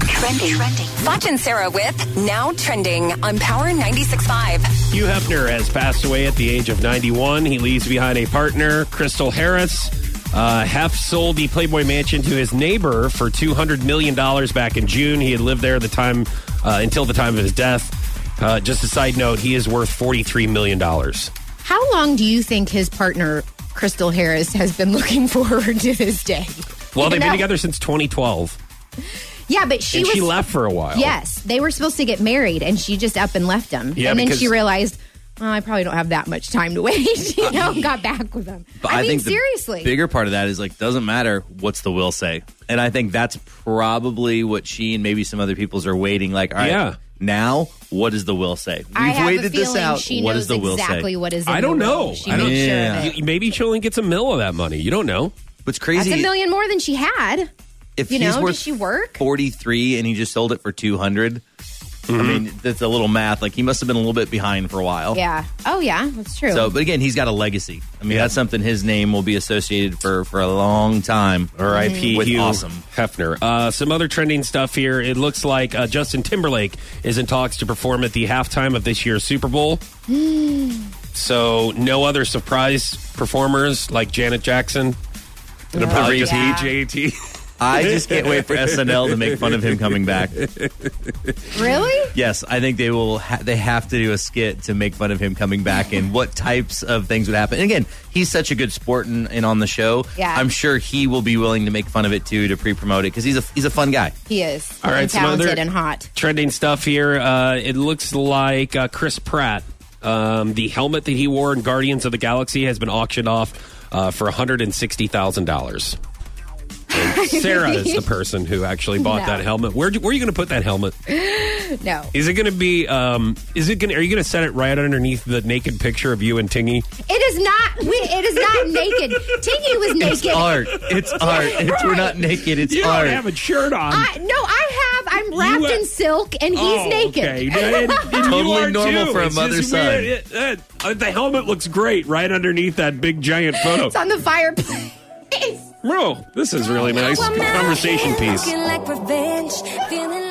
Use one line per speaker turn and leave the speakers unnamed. Trending. Trending. Foch and Sarah with Now Trending on Power 96.5.
Hugh Hefner has passed away at the age of 91. He leaves behind a partner, Crystal Harris. Uh, Hef sold the Playboy Mansion to his neighbor for $200 million back in June. He had lived there the time uh, until the time of his death. Uh, just a side note, he is worth $43 million.
How long do you think his partner, Crystal Harris, has been looking forward to this day?
Well, they've
Even
been
though-
together since 2012,
Yeah, but she
and
was.
she left for a while.
Yes, they were supposed to get married, and she just up and left them.
Yeah,
and then
because-
she realized, well, I probably don't have that much time to wait. you know, and got back with them.
But
I,
I,
mean,
think the
seriously,
bigger part of that is like doesn't matter what's the will say, and I think that's probably what she and maybe some other people's are waiting. Like, all right,
Yeah.
now what does the will say? We've
I have
waited
a feeling
this out.
She
what
knows
does the will
exactly
say?
what is. In
I
the
don't
will.
know.
She
I don't-
made sure
Yeah.
of it.
Y- Maybe she only gets a mill of that money. You don't know.
That's
What's crazy?
a million more than she had.
if
You
he's
know,
worth
does she work?
forty three and he just sold it for two I mean, that's a little math. Like he must have been a little bit behind for a while.
Yeah. Oh yeah, that's true.
So, but again, he's got a legacy. I mean, that's something his name will be associated for for a long time.
R.I.P.
With
Hugh
awesome.
Hefner. Uh, some other trending stuff here. It looks like uh, Justin Timberlake is in talks to perform at the halftime of this year's Super Bowl. so no other surprise performers like Janet Jackson. It'll
Oh,
probably just
yeah.
be JT.
I just can't wait for SNL to make fun of him coming back.
really?
Yes, I think they will. Ha- they have to do a skit to make fun of him coming back and what types of things would happen. And again, he's such a good sport and, and on the show.
Yeah.
I'm sure he will be willing to make fun of it too to pre-promote it because he's a he's a fun guy.
He is.
All right,
and
some other-
talented and hot.
Trending stuff here. Uh, it looks like uh, Chris Pratt, um, the helmet that he wore in Guardians of the Galaxy, has been auctioned off uh, for one hundred and sixty thousand dollars. Sarah is the person who actually bought
No.
that helmet. Where, where are you going to put that helmet?
No.
Is it going to be? Um, is it going? to Are you going to set it right underneath the naked picture of you and Tingy?
It is not. we- It is not naked. Tinky was naked.
It's art. It's art. It's, we're not naked. It's
You
art.
don't have a shirt on.
I, no, I have. I'm wrapped
You, uh,
in silk, and he's
Oh,
naked.
okay. And- and you
Totally
are
normal
too.
for a
It's just
mother's
weird.
son.
It- that- uh, the helmet looks great right underneath that big giant photo.
It's on the fireplace.
Bro, this is really nice. Conversation piece.
Looking like revenge, feeling